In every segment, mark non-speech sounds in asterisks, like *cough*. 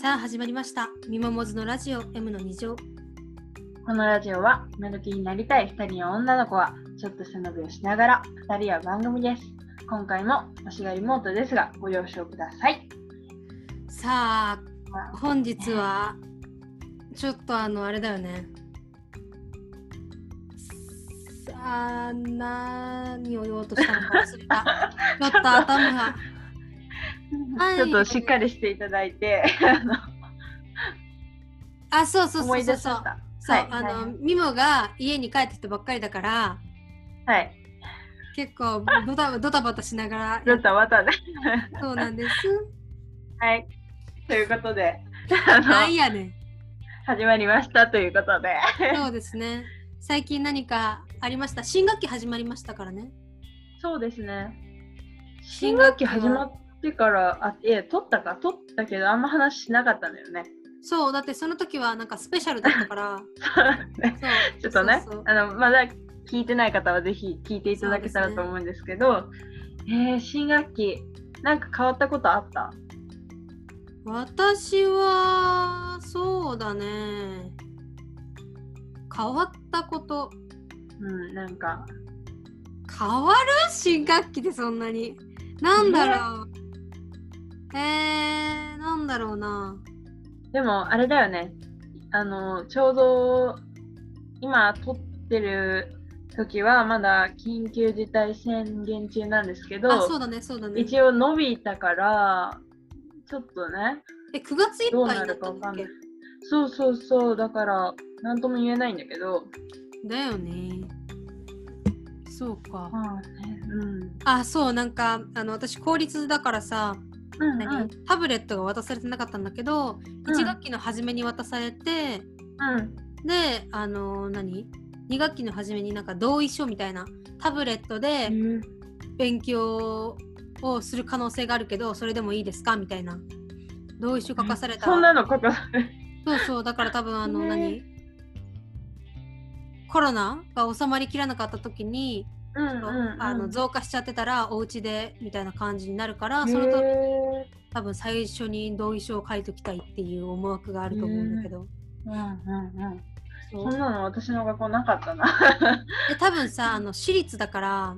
さあ始まりました。みももずのラジオ M の2乗。このラジオはメルキーになりたい2人の女の子はちょっと背伸びをしながら2人は番組です。今回も私がリモートですがご了承ください。さあ本日 *laughs* はちょっとあのあれだよね。さあ何を言おうとしたのか忘れ *laughs* た。ちょっと頭が。はいちょっとしっかりしていただいてあそうそう思そういそう出しちそゃうっ。た。そう、はいあのミモが家に帰ってきたばっかりだからはい。結構ド *laughs* タドタバタしながらルタワタで。そうなん *laughs* です。はい。ということで、あのなんやねん。始まりましたということで。そうですね。最近何かありました新学期始まりましたからね。そうですね。新学期始まってから、あ、いや、取ったか、取ったけど、あんま話しなかったんだよね。 *laughs* そう、だってその時はなんかスペシャルだったから。そうちょっとねそうそうあのまだ聞いてない方はぜひ聞いていただけたらと思うんですけどえー新学期なんか変わったことあった私は、そうだね。変わったこと。うんなんか変わる新学期でそんなに。なんだろう。えー、なんだろうな。でもあれだよねあのちょうど今撮ってる時はまだ緊急事態宣言中なんですけどあ、そうだね、そうだね。一応伸びたからちょっとねえ、9月いっどうぱいなになっるたんか分だかっんけないそうそうそうだから何とも言えないんだけどだよね。そうか。うんあそうなんかあの私公立だからさ、うん何タブレットが渡されてなかったんだけど、ん1学期の初めに渡されてうんであの何2学期の初めになんか同意書みたいなタブレットで勉強をする可能性があるけどそれでもいいですかみたいな同意書書かされたそんらなの書かされそうそうだから多分あの、ね何コロナが収まりきらなかった時に、うんあの増加しちゃってたらお家でみたいな感じになるから、へーそのと多分最初に同意書を書いときたいっていう思惑があると思うんだけど、うんうんうんそそうんなの私の学校なかったな *laughs* で多分さあの私立だから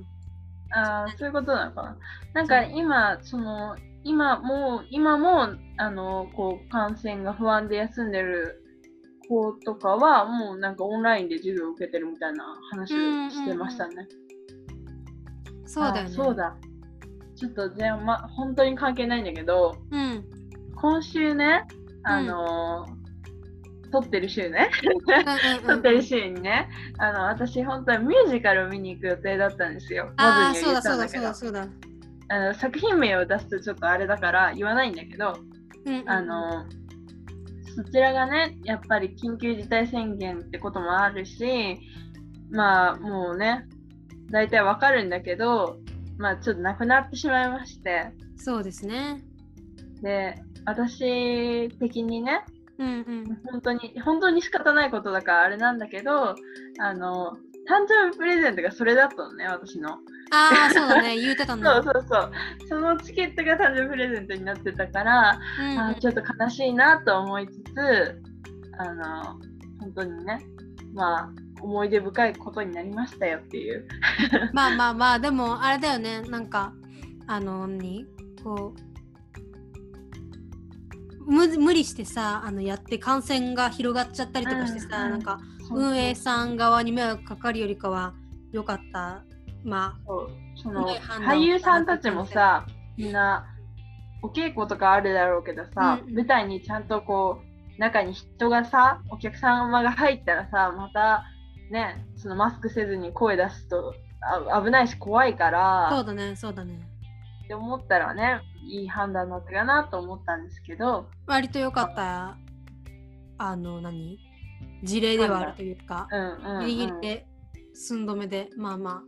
あーそういうことなのかななんか今その今もう今もあのこう感染が不安で休んでる子とかはもうなんかオンラインで授業を受けてるみたいな話をしてましたね、そうだよあねそうだちょっとじゃあま本当に関係ないんだけどうん今週ねあの撮ってる週ねうんう撮っんうてんる週にね、あの私本当はミュージカルを見に行く予定だったんですよ。ああモズそにうは言だっそたうんだそうだだけどそうだあの作品名を出すとちょっとあれだから言わないんだけど、うんうんあのそちらがねやっぱり緊急事態宣言ってこともあるしまあもうね大体わかるんだけどまあちょっとなくなってしまいましてそうですねで私的にねうん *laughs* うん本当に本当に仕方ないことだからあれなんだけどあの誕生日プレゼントがそれだったのね私の、ああそうだね言うてたんだそうそうそうそのチケットが誕生日プレゼントになってたから、うんうんあーちょっと悲しいなと思いつつあの本当にねまあ思い出深いことになりましたよっていうまあまあまあでもあれだよねなんかあのにこう無無理してさあのやって感染が広がっちゃったりとかしてさ、うんうんなんか運営さん側に迷惑かかるよりかは良かったまそうそのね判断を俳優さんたちもさみんなお稽古とかあるだろうけどさ、うんうん舞台にちゃんとこう中に人がさお客様が入ったらさまたねそのマスクせずに声出すとあ危ないし怖いかあそうらだねそうだねって思ったらねいい判断だったかなと思ったんですけど割と良かったあの何事例ではあるというかうんうん、うギリギリん、で寸止めでまあまあ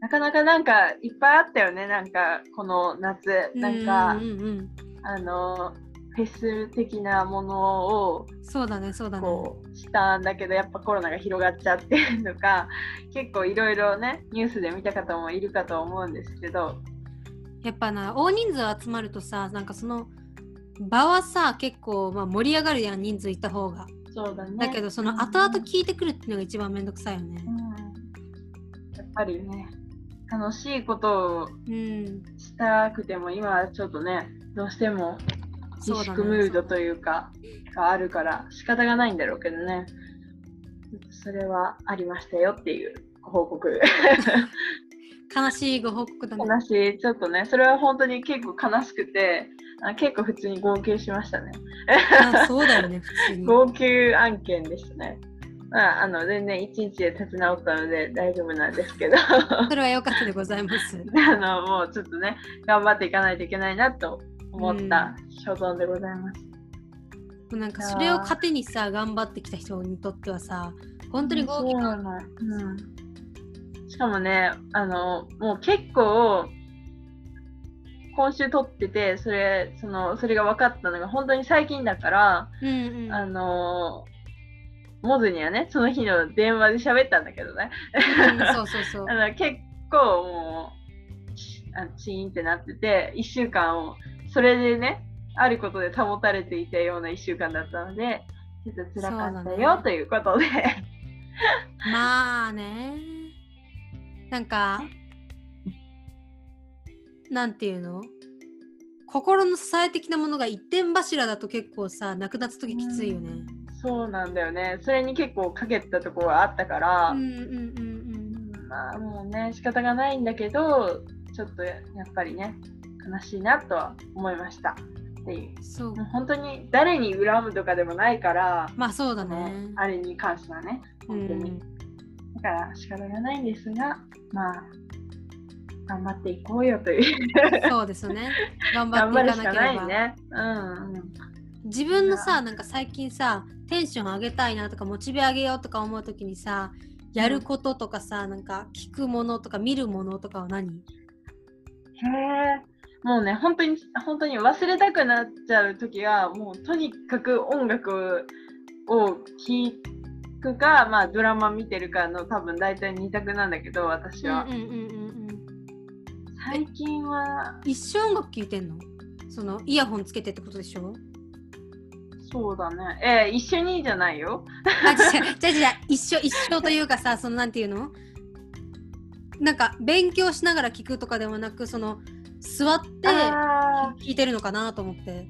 なかなかなんかいっぱいあったよねなんかこの夏なんか、うんうんあのフェス的なものをうんそうだねそうだねこうしたんだけどやっぱコロナが広がっちゃってるのか *laughs* 結構いろいろねニュースで見た方もいるかと思うんですけどやっぱな大人数集まるとさなんかその場はさ結構、まあ、盛り上がるやん人数いた方がそうだね。だけどその後々聞いてくるっていうのが一番めんどくさいよねうんやっぱりね、楽しいことをうんしたくても、今はちょっとね、どうしても自そうだ粛ムードとねいうか、があるから、仕方がないんだろうけどね。それはありましたよっていうご報告。悲しいご報告だね *laughs* 悲しい、ちょっとね、それは本当に結構悲しくて、あ結構普通に号泣しましたね。あそうだよね普通に号泣案件でしたね。まあ、あの全然一日で立ち直ったので大丈夫なんですけど *laughs* あそれは良かったでございますのもうちょっとね頑張っていかないといけないなと思った所存でございます。なんかそれを糧にさ頑張ってきた人にとってはさ本当に合そう計なのうん、しかもねあのもう結構今週撮っててそれそのそれが分かったのが本当に最近だから、うんあのモズにはねその日の電話で喋ったんだけどね。うん、うん、そうそうそう *laughs* あの結構もうしあチーンってなってて1週間をそれでねあることで保たれていたような1週間だったのでちょっと辛かっそたうだよねということでまあねなんかなんていうの心の支え的なものが一点柱だと結構さなくなった時きついよねそうなんだよねそれに結構かけたところがあったから、うんうんうんまあもうね仕方がないんだけどちょっとやっぱりね悲しいなとは思いましたっていううんそうもう本当に誰に恨むとかでもないから、まあそう *laughs* だねねあれに関してはねう本当に。んだから仕方がないんですが、まあ、頑張っていこうよという。そうですよね頑張っ頑て張いるかしなかければないね。うんうん。自分のいさなんか最近さテンション上げたいなとかモチベ上げようとか思う時にさやることとかさなんか聞くものとか見るものとかは何へえ。もうね、本当に、本当に忘れたくなっちゃう時は、もうとにかく音楽を聴くか、まあドラマ見てるかの多分大体二択なんだけど、私は。うんうんうんうんうん最近は、一生音楽聴いてんのそのイヤホンつけてってことでしょそうだね。えー一緒にじゃないよ。あ違う違う違う一緒一緒というかさそのなんていうのなんか勉強しながら聞くとかではなくその座ってあー聞いてるのかなと思って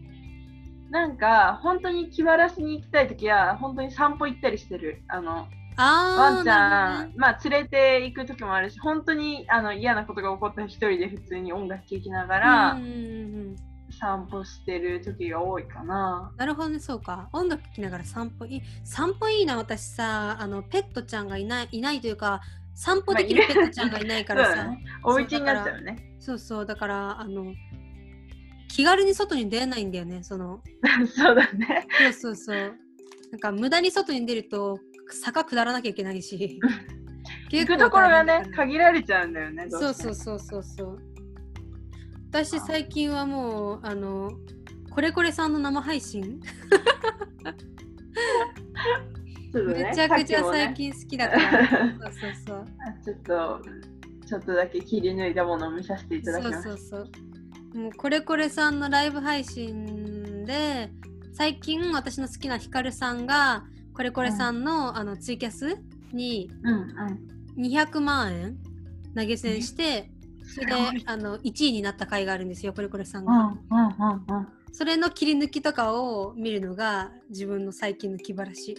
なんか、本当に気晴らしに行きたい時は、本当に散歩行ったりしてる。あの、あワーンちなゃるん、まあ、連れて行く時もあるし本当にあの嫌なことが起こったら一人で普通に音楽聴きながほらどねうんうんうんうん散歩してる時が多いかな。なるほどねそうか音楽聴きながら散歩いい散歩いいな私さあのペットちゃんがいないいないというか散歩できまるあいペるットちゃんがいないから *laughs* そうさ、だねお家になっちゃうね。そうそうだからあの気軽に外に出れないんだよねその *laughs* そうだね。そうそうそうなんか無駄に外に出ると坂下らなきゃいけないし *laughs* 行結構くところが大ね変だから限られちゃうんだよね。どそうしてそもうそうそうそう私最近はもうあのこれこれさんの生配信ちょっとねめちゃくちゃ最さ近好きだから。っきもねそうそうそう。 *laughs* あちょっとちょっとだけ切り抜いたものを見させていただきそまうした。そうそう。もうこれこれさんのライブ配信で最近私の好きなひかるさんがこれこれさんの,、あのツイキャスにうんうん。 200万円投げ銭してそれですごいあの1位になった回があるんですよこれこれさんうが、んうんうんうん。それの切り抜きとかを見るのが自分の最近の気晴らし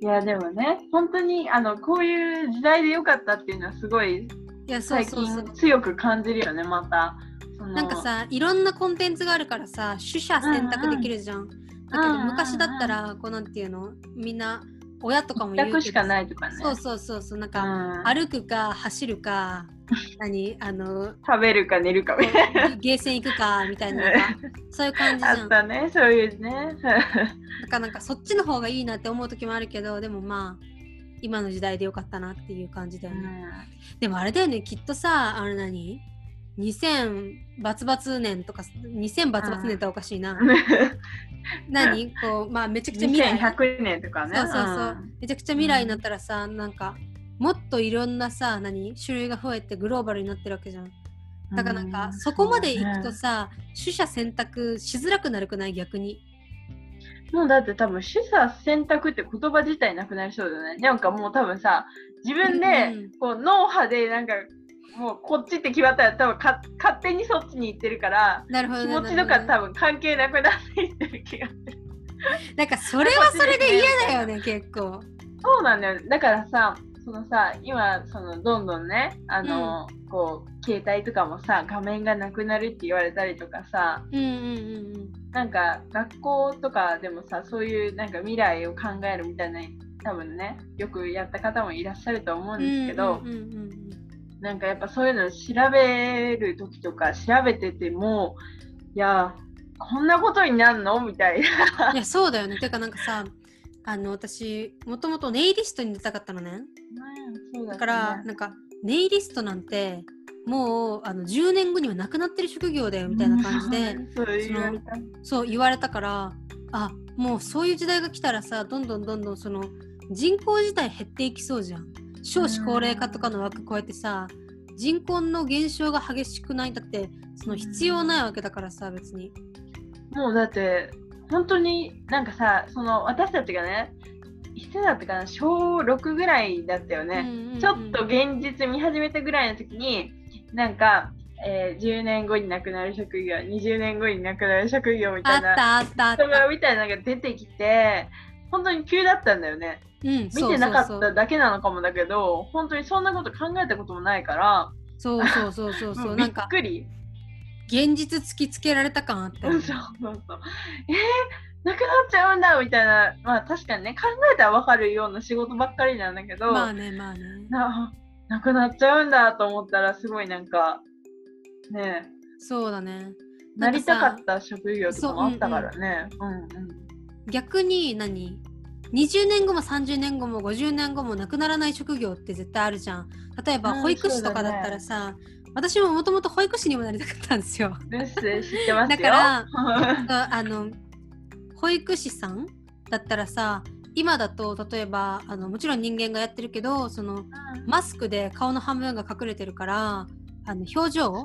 いやでもね本当にあのこういう時代で良かったっていうのはすごいいやそう最そうそう近強く感じるよねまたそのなんかさいろんなコンテンツがあるからさ取捨選択できるじゃん。だけうどんうん昔だったらこうなんていうのみんな親とかも言うけど楽しかないとかねそうそうそうそうなんうか、ん歩くか走る *laughs* か何あの食べるか寝るかみたいゲーセン行くかみたいななんかそういう感じじなゃあん。だかったねそういうねらなんかそっちの方がいいなって思う時もあるけどでもまあ今の時代でよかったなっていう感じだうよね。んでもあれだよねきっとさあれ何2000バツバツ年とか2000バツバツ年っておかしいな。 *laughs* 何こうまあめちゃくちゃ未来2100年とかねそうそうそうめちゃくちゃ未来になったらさ、なんかもっといろんなさ何種類が増えてグローバルになってるわけじゃんだからなんか、そこまで行くとさ、取捨選択しづらくなるくない逆に。もうだって多分取捨選択って言葉自体なくなりそうだよね。なんかもう多分さ自分うんでこう脳波でなんかもうこっちって決まったら多分か勝手にそっちに行ってるからなるほど気ね、持ちとなかるほどね多分関係なくなっていってる気がなんかそれはそれで嫌だよね結構。そうなんだよだからさそのさ今そのどんどんねあの、こう携帯とかもさ画面がなくなるって言われたりとかさうんうんうんうん。なんか学校とかでもさそういうなんか未来を考えるみたいな多分ねよくやった方もいらっしゃると思うんですけど、うんうんうんうんなんかやっぱそういうの調べる時とか調べててもいやこんなことになるのみたいな。いやそうだよね。てかなんかさあの私もともとネイリストに出たかったのね。だからなんかネイリストなんてもうあの10年後にはなくなってる職業だよみたいな感じで、そう言われたそう言われたからあもうそういう時代が来たらさどんどんどんどんその人口自体減っていきそうじゃん。少子高齢化とかの枠超えてさ人口の減少が激しくないだってその必要ないわけだからさ別に。もうだって本当になんかさその私たちがねいつだったかな小6ぐらいだったよね、うんうんうんちょっと現実見始めたぐらいの時になんか、えー10年後に亡くなる職業20年後に亡くなる職業みあたっいなたあったあっ人がた。みたいなのが出てきて本当に急だったんだよね見見てなかっただけなのかもだけど本当にそんなこと考えたこともないからそうそうそうそうそうもうびなんっかくり現実突きつけられた感あったそうよ、 *laughs* そうね、そうえー、なくなっちゃうんだみたいなまあ確かにね考えたら分かるような仕事ばっかりなんだけど、まあねまあねななくなっちゃうんだと思ったらすごいなんかねえそうだねなりたかなんっさた職業とかもあったからね。うんうん逆に何20年後も30年後も50年後もなくならない職業って絶対あるじゃん例えばうん保育士とかだったらさ、私ももともと保育士にもなりたかったんです *laughs* よです知ってますよ。だかららあの保育士さんだったらさ今だと例えばあのもちろん人間がやってるけどそのマスクで顔の半分が隠れてるからあの表情が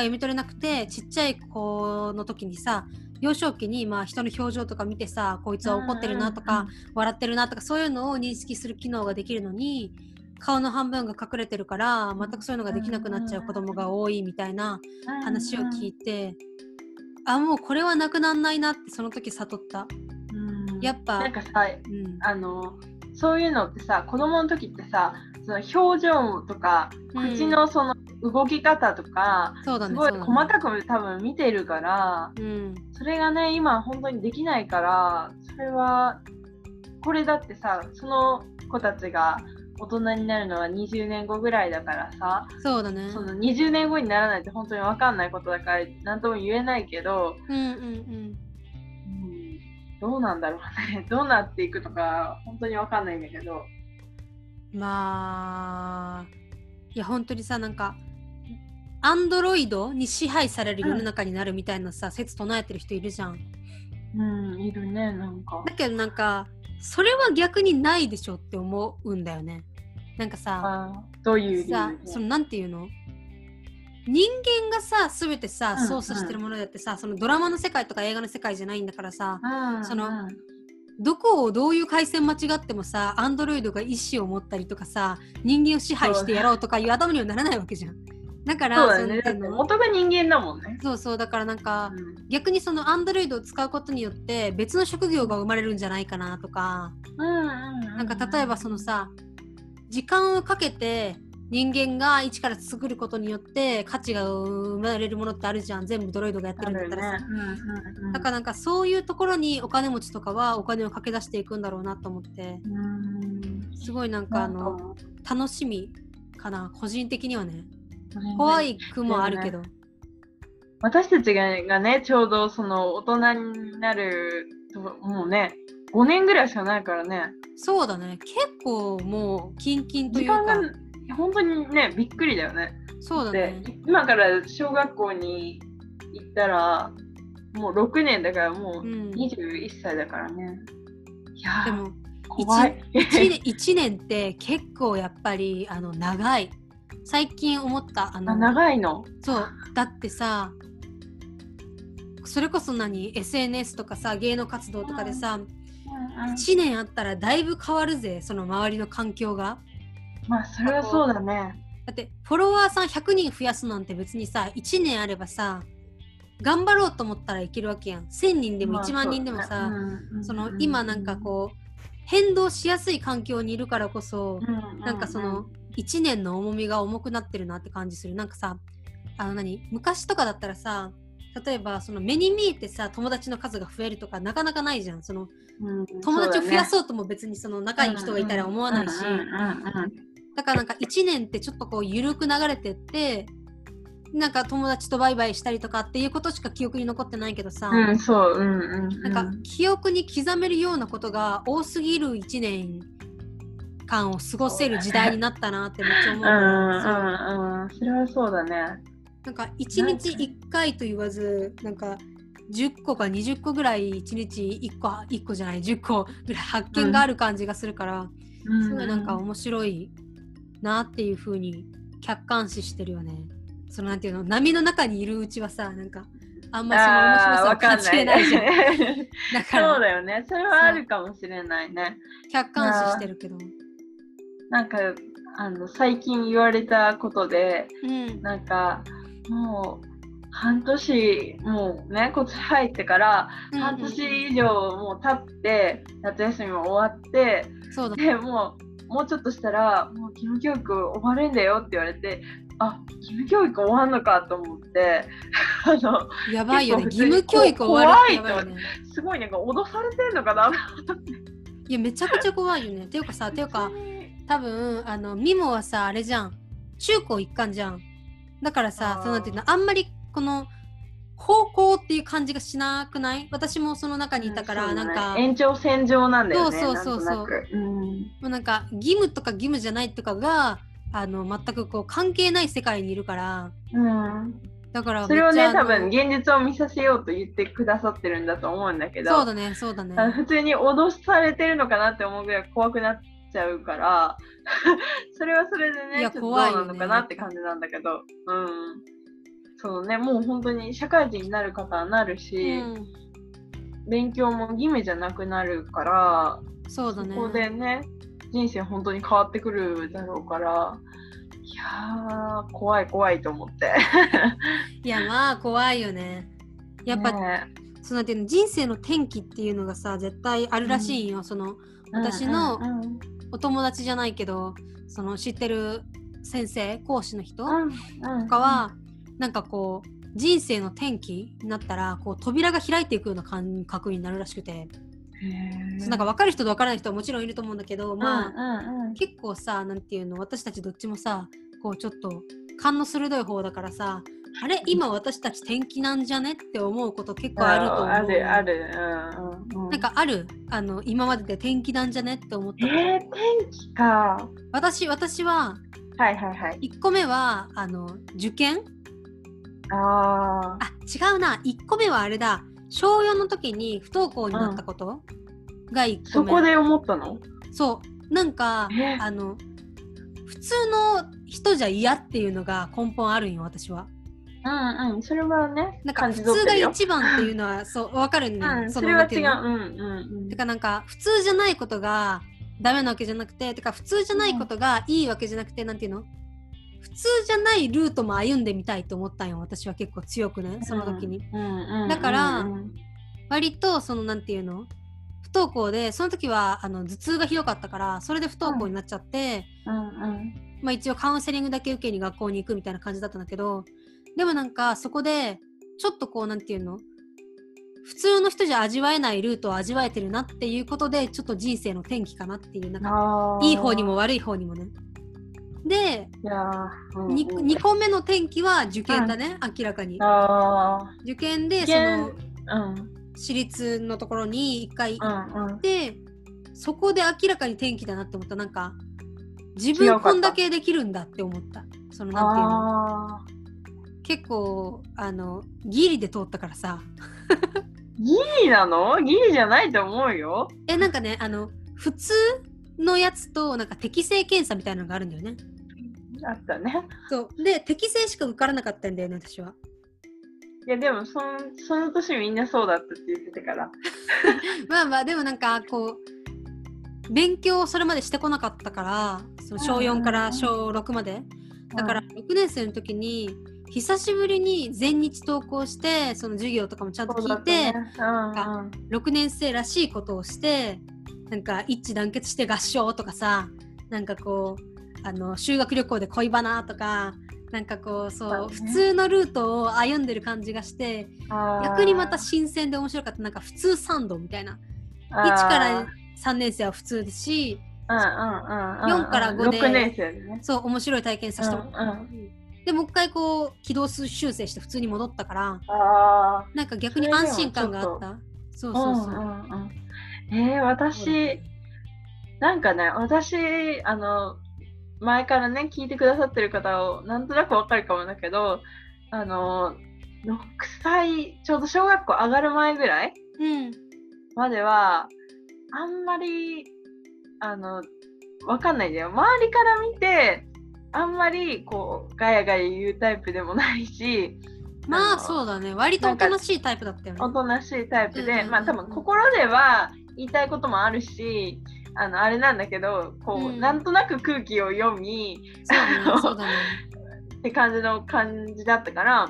読み取れなくてちっちゃい子の時にさ幼少期にまあ人の表情とか見てさこいつは怒ってるなとか、うん笑ってるなとかそういうのを認識する機能ができるのに顔の半分が隠れてるから全くそういうのができなくなっちゃう子供が多いみたいな話を聞いいてあもうこれはなくなんないなってその時悟った。やっぱなんかさうんあのそういうのってさ子供の時ってさその表情とかうん口のその動き方とか、そうだすねごいそうだね細かく多分見てるからうんそれがね今本当にできないからそれはこれだってさその子たちが大人になるのは20年後ぐらいだからさそうだねその20年後にならないって本当に分かんないことだから何とも言えないけど、うんうんうんうんどうなんだろうね *laughs* どうなっていくとか本当に分かんないんだけど。まあいや本当にさなんかアンドロイドに支配される世の中になるみたいなさ、説唱えてる人いるじゃんうん、いるね、なんか。だけどなんかそれは逆にないでしょって思うんだよねなんかさあどういう理さ由でそのなんていうの人間がさ全てさうん操作してるものだってさ、そのドラマの世界とか映画の世界じゃないんだからさうんそのうんどこをどういう回線間違ってもさアンドロイドが意思を持ったりとかさ人間を支配してやろうとかいう頭にはならないわけじゃん。だからそうだそねのなんだってていうの元が人間だもんね。そうそうだからなんかうん逆にそのアンドロイドを使うことによって別の職業が生まれるんじゃないかなとかななんか例えばそのさ時間をかけて人間が一から作ることによって価値が生まれるものってあるじゃん全部ドロイドがやってあるんだるったらよねさ。うんうんうんだからなんかそういうところにお金持ちとかはお金をかけ出していくんだろうなと思ってうんすごいなんかなあんのか楽しみかな個人的にはねそれね怖いくもあるけど、私たちががねちょうどその大人になるともうね5年ぐらいしかないからねそうだね結構もうキンキンとい時うか間が本当にねびっくりだよねそうだでね今から小学校に行ったらもう6年だからもううん21歳だからね、いやでーも怖い *laughs* 1, 年1年って結構やっぱりあの長い最近思ったああの *laughs* 長いのそうだってさそれこそ何 SNS とかさ芸能活動とかでさ、1年あったらだいぶ変わるぜその周りの環境がまあそれはそうだねだってフォロワーさん100人増やすなんて別にさ1年あればさ頑張ろうと思ったらいけるわけやん1000人でもまあ1万人でもさ、うんうんその今なんかこう変動しやすい環境にいるからこそうんなんかその1年の重みが重くなってるなって感じするなんかさあの何昔とかだったらさ例えばその目に見えてさ友達の数が増えるとかなかなかないじゃんそのうん友達を増やそうとも別にその仲いい人がいたら思わないしうんうんうんだからなんか1年ってちょっとこう緩く流れてってなんか友達とバイバイしたりとかっていうことしか記憶に残ってないけどさ、うんうんそううんうんうなんか記憶に刻めるようなことが多すぎる1年間を過ごせる時代になったなってめっちゃ思ううんからそううんうんそれはそうだねなんか1日1回と言わずなんか10個か20個ぐらい1日1個1個じゃない10個ぐらい発見がある感じがするから、すごいなんかう面白いなっていう風に客観視してるよね。そのなんていうの波の中にいるうちはさなんかあんまその面白さを感じれないじゃん。 *laughs* あーわかんないねだかそうらだよねそれはあるかもしれないね客観視してるけど。なんかあの最近言われたことでうんなんかもう半年もうねこっち入ってから半年以上もう経って夏休みも終わってそうだ。でもうもうちょっとしたらもう義務教育終わるんだよって言われてあ義務教育終わんのかと思って *laughs* あのやばいよね。義結構務教育終わるってやばいよ怖いね。すごいなんか脅されてんのかないや、めちゃくちゃ怖いよね。ていうかさ、ていうか、多分、あの、ミモはさ、あれじゃん。中高一貫じゃん。だからさあ、ーそのなんていうの、あんまりこの、高校っていう感じがしなくない私もその中にいたから、うなんそうだねか、延長線上なんだよねそうそうそうそうなんとなくうんもうなんか、義務とか義務じゃないとかが、あの、全くこう、関係ない世界にいるから、うん、だからそめっれちゃ、をね多あの分現実を見させようと言ってくださってるんだと思うんだけどそうだね、そうだね。あの普通に脅されてるのかなって思うぐらい怖くなっちゃうから *laughs* それはそれでねいやちょっとどう怖いよなねのかなって感じなんだけど、うんそうねもう本当に社会人になる方はなるし、うん、勉強も義務じゃなくなるからそうだね。ここでね人生本当に変わってくるだろうからいやー怖い怖いと思っていや、まあ、怖いよね。やっぱ、ねそのなんていうの人生の転機っていうのがさ絶対あるらしいんよ、その私のうんうんお友達じゃないけどその知ってる先生講師の人うんうんとかは、なんかこう人生の転機になったらこう扉が開いていくような感覚になるらしくて、へーなんか分かる人と分からない人はもちろんいると思うんだけど、まあ、うんうんうん結構さなんていうの私たちどっちもさこうちょっと勘の鋭い方だからさあれ今私たち転機なんじゃねって思うこと結構あると思う。あるある。うんうんうん、なんかあるあの今までで天気なんじゃねって思っえたこと、ー、天気か。私私ははいはいはい。 1個目はあの受験ああ違うな1個目はあれだ小4の時に不登校になったことが1個目ー、そこで思ったのそうなんかえあの普通の人じゃ嫌っていうのが根本あるんよ私はうんうん、それはね、なんか感普じ取通ってがるよ一番っていうのは *laughs* そうわかるんだよ、うん、そそのれはなんて違。いうのうんうんうん。てかなんか普通じゃないことがダメなわけじゃなくててか普通じゃないことがいいわけじゃなくて、なんていうの普通じゃないルートも歩んでみたいと思ったんよ私は結構強くねその時に、うんうんうんうん、だからうん割とそのなんていうの不登校でその時はあの頭痛がひどかったからそれで不登校になっちゃって、うん、まあ、一応カウンセリングだけ受けに学校に行くみたいな感じだったんだけどでもなんかそこでちょっとこうなんていうの普通の人じゃ味わえないルートを味わえてるなっていうことでちょっと人生の転機かなっていうなんかあーいい方にも。悪い方にもね。で、いやー、うんうん 2, 2個目の転機は受験だね、明らかに。あー受験で受その験うん私立のところに1回う行っんうん。て、そこで明らかに転機だなって思った。なんか、自分違うかったこんだけできるんだって思った。そのなんていうのああ結構、あの、ギリで通ったからさ。ー、ギリなのギリじゃないと思うよ。え、なんかね、あの、普通のやつとなんか適性検査みたいなのがあるんだよね。ああったね。そうで適正しか受からなかったんだよね私は。いや、でもその、その年みんなそうだったって言ってたから。まあまあでもなんかこう勉強をそれまでしてこなかったからその小4から小6までだから6年生の時に久しぶりに全日登校してその授業とかもちゃんとそうだ聞い、ってたね、うんうん6年生らしいことをしてなんか一致団結して合唱とかさなんかこうあの修学旅行で恋バナとかなんかこうそう、そうだね普通のルートを歩んでる感じがしてあー逆にまた新鮮で面白かったなんか普通三度みたいな1から3年生は普通ですしあーうんうんうんうん4から5で6年生でね。そう面白い体験させてもらった、うんでもう一回こう軌道修正して普通に戻ったからああ。なんか逆に安心感があったそうそうそう、んうんうん、えー、私、なんかね、私、あの、前からね、聞いてくださってる方を、なんとなくわかるかもだけど、あの、6歳、ちょうど小学校上がる前ぐらいうんまでは、あんまり、あの、わかんないんだよ。周りから見て、あんまり、こう、ガヤガヤ言うタイプでもないし、まああのそうだね割とおとなしいタイプだったよねおとなしいタイプうんうんで、うんまあ多分心では言いたいこともあるし、あのあれなんだけど、こう、うんなんとなく空気を読みそうだねそうだねって感じの感じだったから、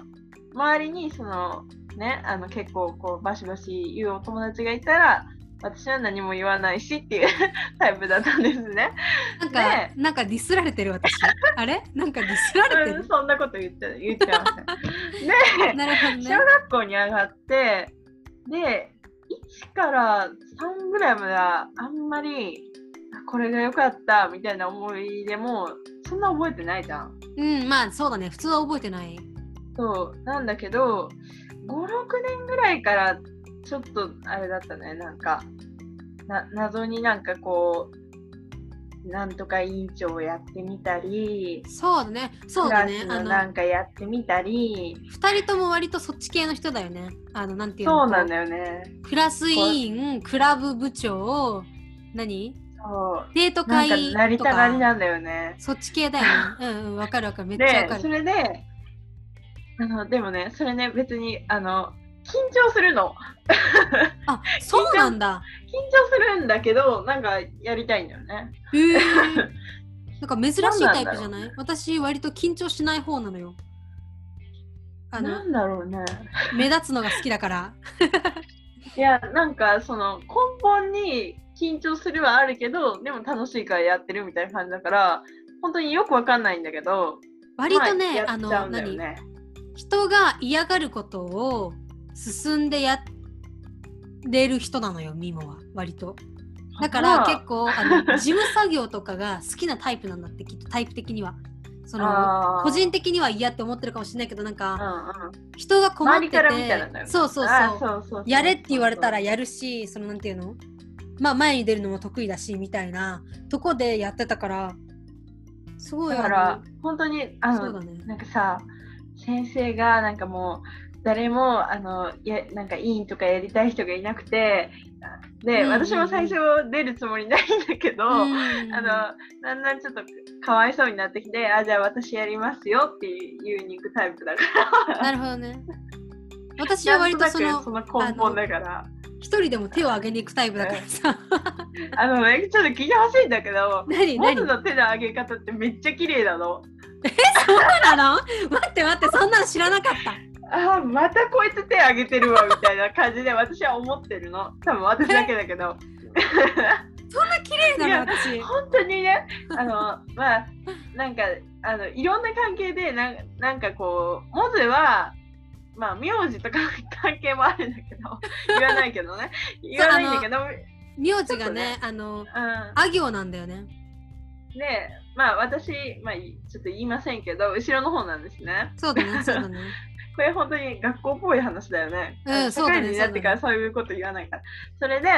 周りにそのね、あの結構こうバシバシ言うお友達がいたら、私は何も言わないしっていう *laughs* タイプだったんですね。なんか、ねなんかディスられてる私あれなんかディスられてうんるそんなこと言って言ってませ *laughs* ん。で、なるほどね小学校に上がってで1から3ぐらいまではあんまりあこれが良かったみたいな思い出もそんな覚えてないじゃん。うんまあそうだね普通は覚えてないそうなんだけど56年ぐらいからちょっとあれだったねなんかな謎になんかこうなんとか委員長をやってみたりそうだねそうだねクラあスののなんかやってみたり2人とも割とそっち系の人だよねあのなんていうのそうなんだよね。クラス委員クラブ部長何そうデートなん会とかかなりたがりなんだよね。そっち系だよねうんうんわかるわかるめっちゃわでか、るそれで、あの、でもね、それね、別に、あの、緊張するの。あそうなんだ緊張するんだけど、なんかやりたいんだよね。へ *laughs* えなんか珍しいタイプじゃない私割と緊張しない方なのよあなのんだろうね。目立つのが好きだからいや、なんか、その、根本に緊張するはあるけど、でも楽しいからやってるみたいな感じだから、本当によくわかんないんだけど、割とね、あまあやのっちゃうんだよ何ね。人が嫌がることを進んでやれる人なのよミモは割とだからあ結構あの事務作業とかが好きなタイプなんだってきっとタイプ的にはそのあー個人的には嫌って思ってるかもしれないけどなんうんかうん人が困って周りから見たらてだよねそうそうあーそうそうそうそうやれって言われたらやるしそのなんていうのまあ前に出るのも得意だしみたいなとこでやってたからすごいだかあら本当にあのそのうだねなんかさ先生がなんかもう誰もあのやなんか委員とかやりたい人がいなくてで、うんうんうん私も最初出るつもりないんだけど、うんあのだんだんちょっとかわいそうになってきてあじゃあ私やりますよっていう言いに行くタイプだからなるほどね。私なはん割ととなそくのその根本だから一人でも手を挙げに行くタイプだから *laughs* さ。あのねちょっと聞いてほしいんだけど何モズ何の手の上げ方ってめっちゃ綺麗なの。そうなの待って待ってそんなの知らなかった。あーまたこいつ手あげてるわみたいな感じで私は思ってるの多分私だけだけど綺麗いなやの私。本当にねあのまあなんかあのいろんな関係でなんなんかこうモズはまあ名字とかの関係もあるんだ *laughs* けど言わないけどね言わないんだけど名字がねちょっあのうあ行なんだよね。んでまあ私、まあ、いちょっと言いませんけど後ろの方なんですねそうだねそうだね。これ本当に学校っぽい話だよね。うん社そうだね会人になってからそういうこと言わないから。それで、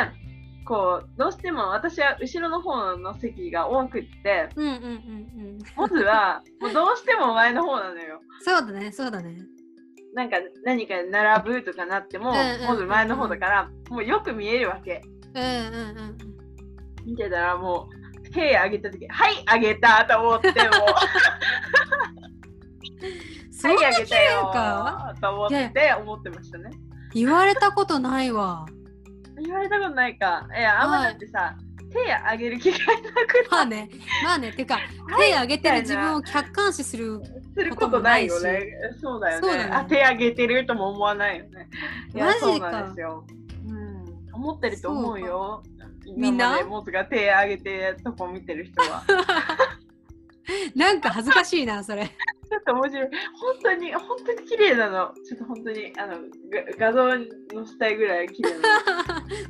こう、どうしても私は後ろの方の席が多くって、うんうんうんうん。モズ *laughs* はもうどうしても前の方なのよ。そうだねそうだね。なんか何か並ぶとかなっても、うんうんうんモズ前の方だから、もうよく見えるわけ。うんう *laughs* んうん。見てたらもう、手上げた時、はい、上げたと思って、もう、 *laughs* そ書んいてなあげ綺て麗よかと思って思ってましたね。言われたことないわ。言われたことないか。いや、あんまだってさ、手あげる機会なくまなあいね、まあね、てか、手上げてる自分を客観視する。することないよね。そうだよそうねだよねあ。手あげてるとも思わないよね。いやマジかそうなんですよ。うん、思ってると思うよ。みんな今までモズが手あげてるとこ見てる人 *laughs* は。なんか恥ずかしいな、それ。 *laughs* ちょっと面白い。本当に、本当に綺麗なの。ちょっと本当に、あの、が画像に載せたいぐらい綺麗なの。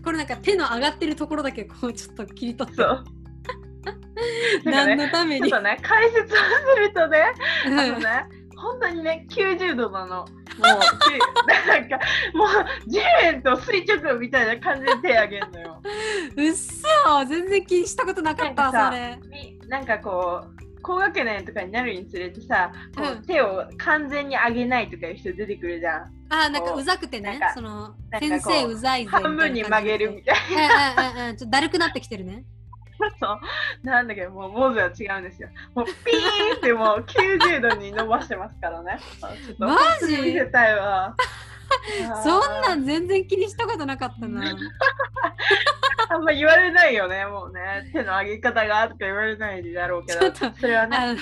これなんか手の上がってるところだけこうちょっと切り取って、そう。 *laughs* なん何かね、のためちょっに。とね、解説をするとね、うあのんね、本当にね、90度なの。もう、 *laughs* きなんか、もう、地面と垂直みたいな感じで手あげるのよ。うっそ全然気にしたことなかった、なんかさそれ。みなんかこう、高学年とかになるにつれてさ、こううん手を完全に上げないとかいう人出てくるじゃん。あー、なんかうざくてねなん、かその、なんかこう先生うざいぜ。半分に曲げるみたいたいな感じで。うんうんうんうん、ちょっとだるくなってきてるね。な。そうなんだけど、もう、モーズは違うんですよ。もう、ピーンってもう90度に伸ばしてますからね。ちょっとマジ見せたい *laughs* わ。そんなん全然気にしたことなかったな。あんま言われないよね、もうね。手の上げ方がとか言われないだろうけど、ちょっそれはね、あの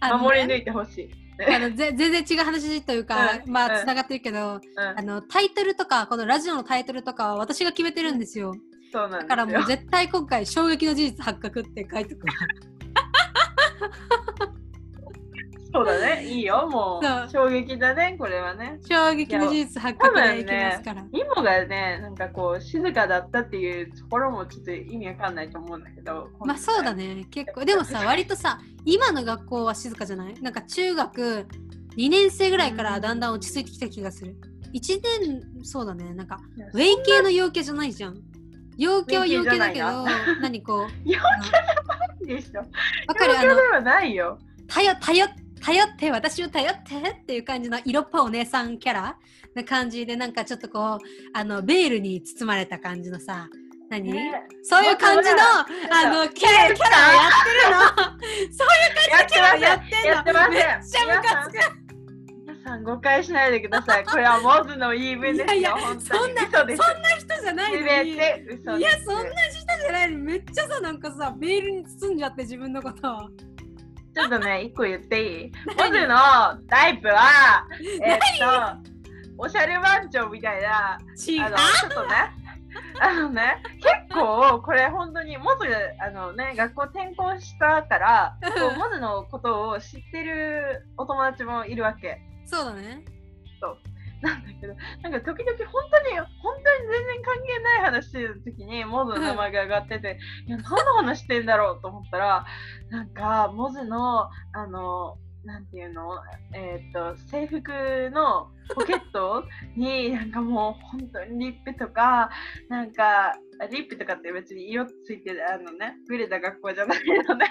あのね守り抜いてほしい。 *laughs* あのぜ全然違う話というか、うんまあうんつながってるけど、うんあ、のタイトルとかこのラジオのタイトルとかは私が決めてるんですよそうなだんからですもよう。絶対今回「衝撃の事実発覚」って書い *laughs* とくわそうだね、いいよ、もう。衝撃だね、これはね。衝撃の事実発覚でいきますから、イモがね、なんかこう、静かだったっていうところもちょっと意味わかんないと思うんだけど。まあそうだ。ね結構でもさ割とさ今の学校は静かじゃないなんか中学2年生ぐらいからだんだん落ち着いてきた気がする1年そうだねなんかウェイ系の陽キャじゃないじゃん陽キャは陽キャだけど陽何 *laughs* こう陽あのいいでしょ。わか東るあの京ではないよ。頼頼頼って私を頼ってっていう感じの色っぽいお姉さんキャラな感じでなんかちょっとこうあのベールに包まれた感じのさ何、ねそういう感じのわあたのキャラキャラやってるのやってませんやってんのやってませんめっちゃムカつく皆さん誤解しないでください。これはモズの言い分ですよ。いやいや本そ当にんな嘘です。そんな人じゃないのに全いて嘘です。やそんな人じゃないのにめっちゃさなんかさベールに包んじゃって自分のことをちょっとね、一個言っていい何モズのタイプは、えっと、おしゃれ番長みたいな、違うあの、ちょっとね、あのね、結構、これ本当に、モズ、あのね、学校転校したから、こうモズのことを知ってるお友達もいるわけ。そうだねなんだけど、なんか時々本当に、本当に全然関係ない話してる時に、モズの名前が上がってて、いや、何の話してんだろうと思ったら、なんか、モズの、あの、なんていうの、えーっと、制服のポケットに、なんかもう本当にリップとか、なんか、リップとかって別に色ついてる、あのね、ブレた学校じゃないので、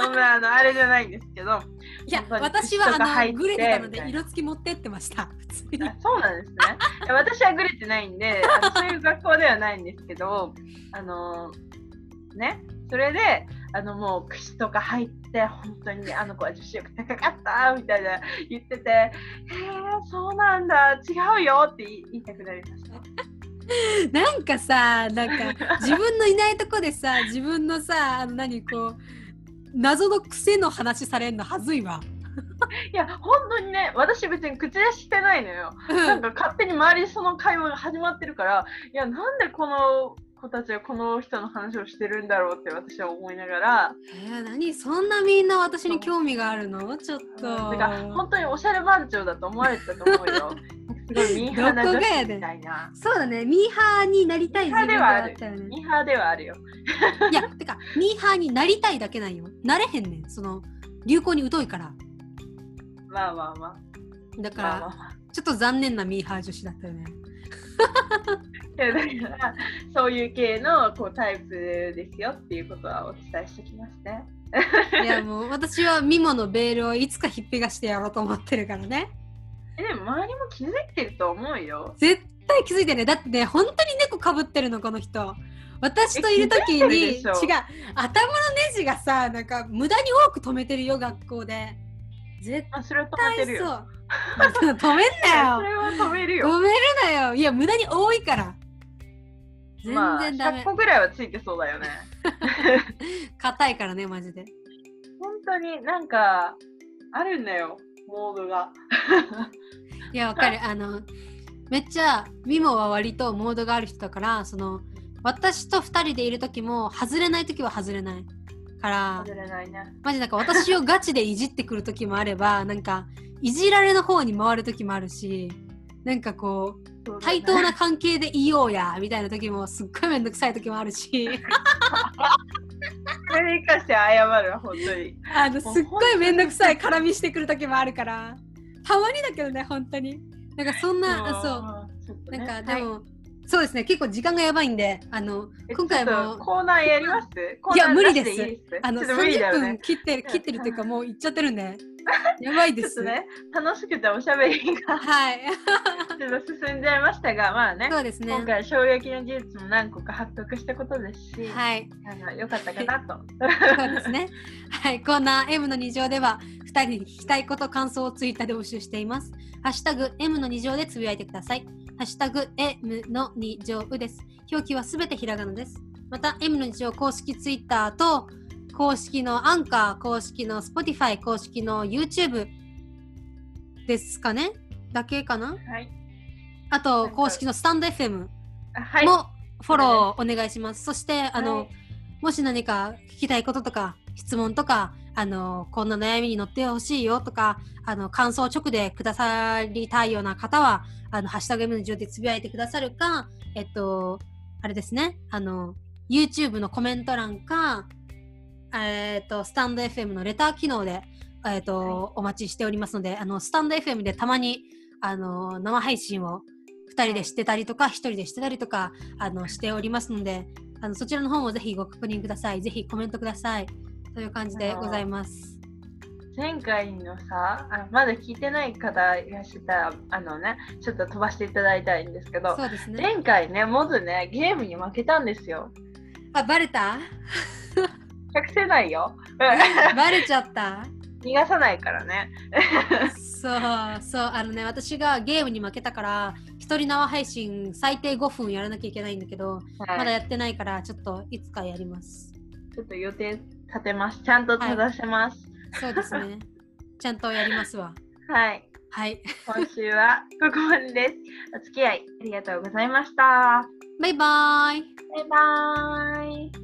そんな、あの、あれじゃないんですけど、いや本当に私は人があ入っのてグレてたのみたいでな色付き持ってってました普通にあそうなんですね。いや私はグレてないんで、あのそういう学校ではないんですけど、あのね、それで、あのもう櫛とか入って、本当にあの子は女子力高かったみたいな言ってて、へえそうなんだ、違うよって言い言いたくなりました。 *laughs* なんかさなんか自分のいないとこでさ自分のさあの何こう謎の癖の話されんのはずいわ。いや、本当にね、私別に口出ししてないのよ。なんか勝手に周りでその会話が始まってるから、いや、なんでこの子たちはこの人の話をしてるんだろうって私は思いながら、えー、何そんなみんな私に興味があるのちょっと。だから本当におしゃれ番長だと思われてたと思 *laughs* うよ。すごいミーハーなどこ女がや子でみたいな。そうだねミーハーになりたいミーハーではある自分がったよね。ミーハーではあるよ。いやてかミーハーになりたいだけなんよ。なれへんねんその流行に疎いから。まあまあまあ。だかまあまらあまあちょっと残念なミーハー女子だったよね。いやだからそういう系のこうタイプですよっていうことはお伝えしてきますね。いやもう私はミモのベールをいつかひっぺがしてやろうと思ってるからね。えでも周りも気づいてると思うよ。絶対気づいてねだってね本当に猫かぶってるのこの人私といる時え気づにい違てるでうしょ頭のネジがさなんか無駄に多く止めてるよ学校で絶まあ、それは止め対てるそうよ。 *laughs* 止めんなそよれは止めるよ。止めるなよいや無駄に多いから全まあ、然ダメ100個ぐらいはついてそうだよね。硬いからねマジで本当になんか、あるんだよ、モードが。いやわかるあのめっちゃミモは割とモードがある人だからその私と2人でいる時も外れない時は外れないから外れないね。マジなんか私をガチでいじってくる時もあれ *laughs* ばなんかいじられの方に回る時もあるしなんかこうそうだね対等な関係でいようやみたいな時もすっごい面倒くさい時もある *laughs* しそれに関しては謝るわ、本当に。あのすっごい面倒くさい絡みしてくる時もあるからたまにだけどね本当になんかそんなあそうう。ちょっとねなんかではいも、そうですね結構時間がやばいんであのえ今回ちょっともコーナーやりますいや無理ですコーナーなしいいですあのちょっと無理だ30よね分。切って *laughs* るうん切ってるっていうかもう行っちゃってるん *laughs* でやばいでちょっすとね、楽しくておしゃべりがはいちょっと進んじゃいましたが、まあね、そうですね今回衝撃の事実も何個か発覚したことですし、はいあのよかったかなと。そうですね。はい、コーナー M の2乗では2人に聞きたいこと感想をツイッターで募集しています。ハッシュタグ M の2乗でつぶやいてください。ハッシュタグ M の2乗です。表記はすべてひらがなです。また M の2乗公式ツイッターと公式のアンカー、公式の Spotify、公式の YouTube ですかねだけかなはい。あと公式のスタンド FM あはい。もフォローお願いします。そして、あの、はいもし何か聞きたいこととか、質問とか、あの、こんな悩みに乗ってほしいよとか、あの、感想を直でくださりたいような方は、あの、ハッシュタグ M の上でつぶやいてくださるか、えっと、あれですね、あの、YouTube のコメント欄か、えっと、スタンド FM のレター機能で、えっと、はいお待ちしておりますので、あの、スタンド FM でたまに、あの、生配信を2人でしてたりとか、1人でしてたりとか、あの、しておりますので、あの、そちらの方もぜひご確認ください。ぜひコメントください。という感じでございます。前回のさあ、まだ聞いてない方いらっしゃったら、あのね、ちょっと飛ばしていただいたいんですけど、そうですね。前回ね、モズね、ゲームに負けたんですよ。あ、バレた *laughs* 隠せないよ。バレちゃった逃がさないからね。そうそうあのね私がゲームに負けたから一人縄配信最低5分やらなきゃいけないんだけど、はい、まだやってないからちょっといつかやりますちょっと予定立てます。ちゃんと正せます。そうです *laughs* ねちゃんとやりますわはい。はい今週はここまでです。お付き合いありがとうございました。バイバーイバイバーイ。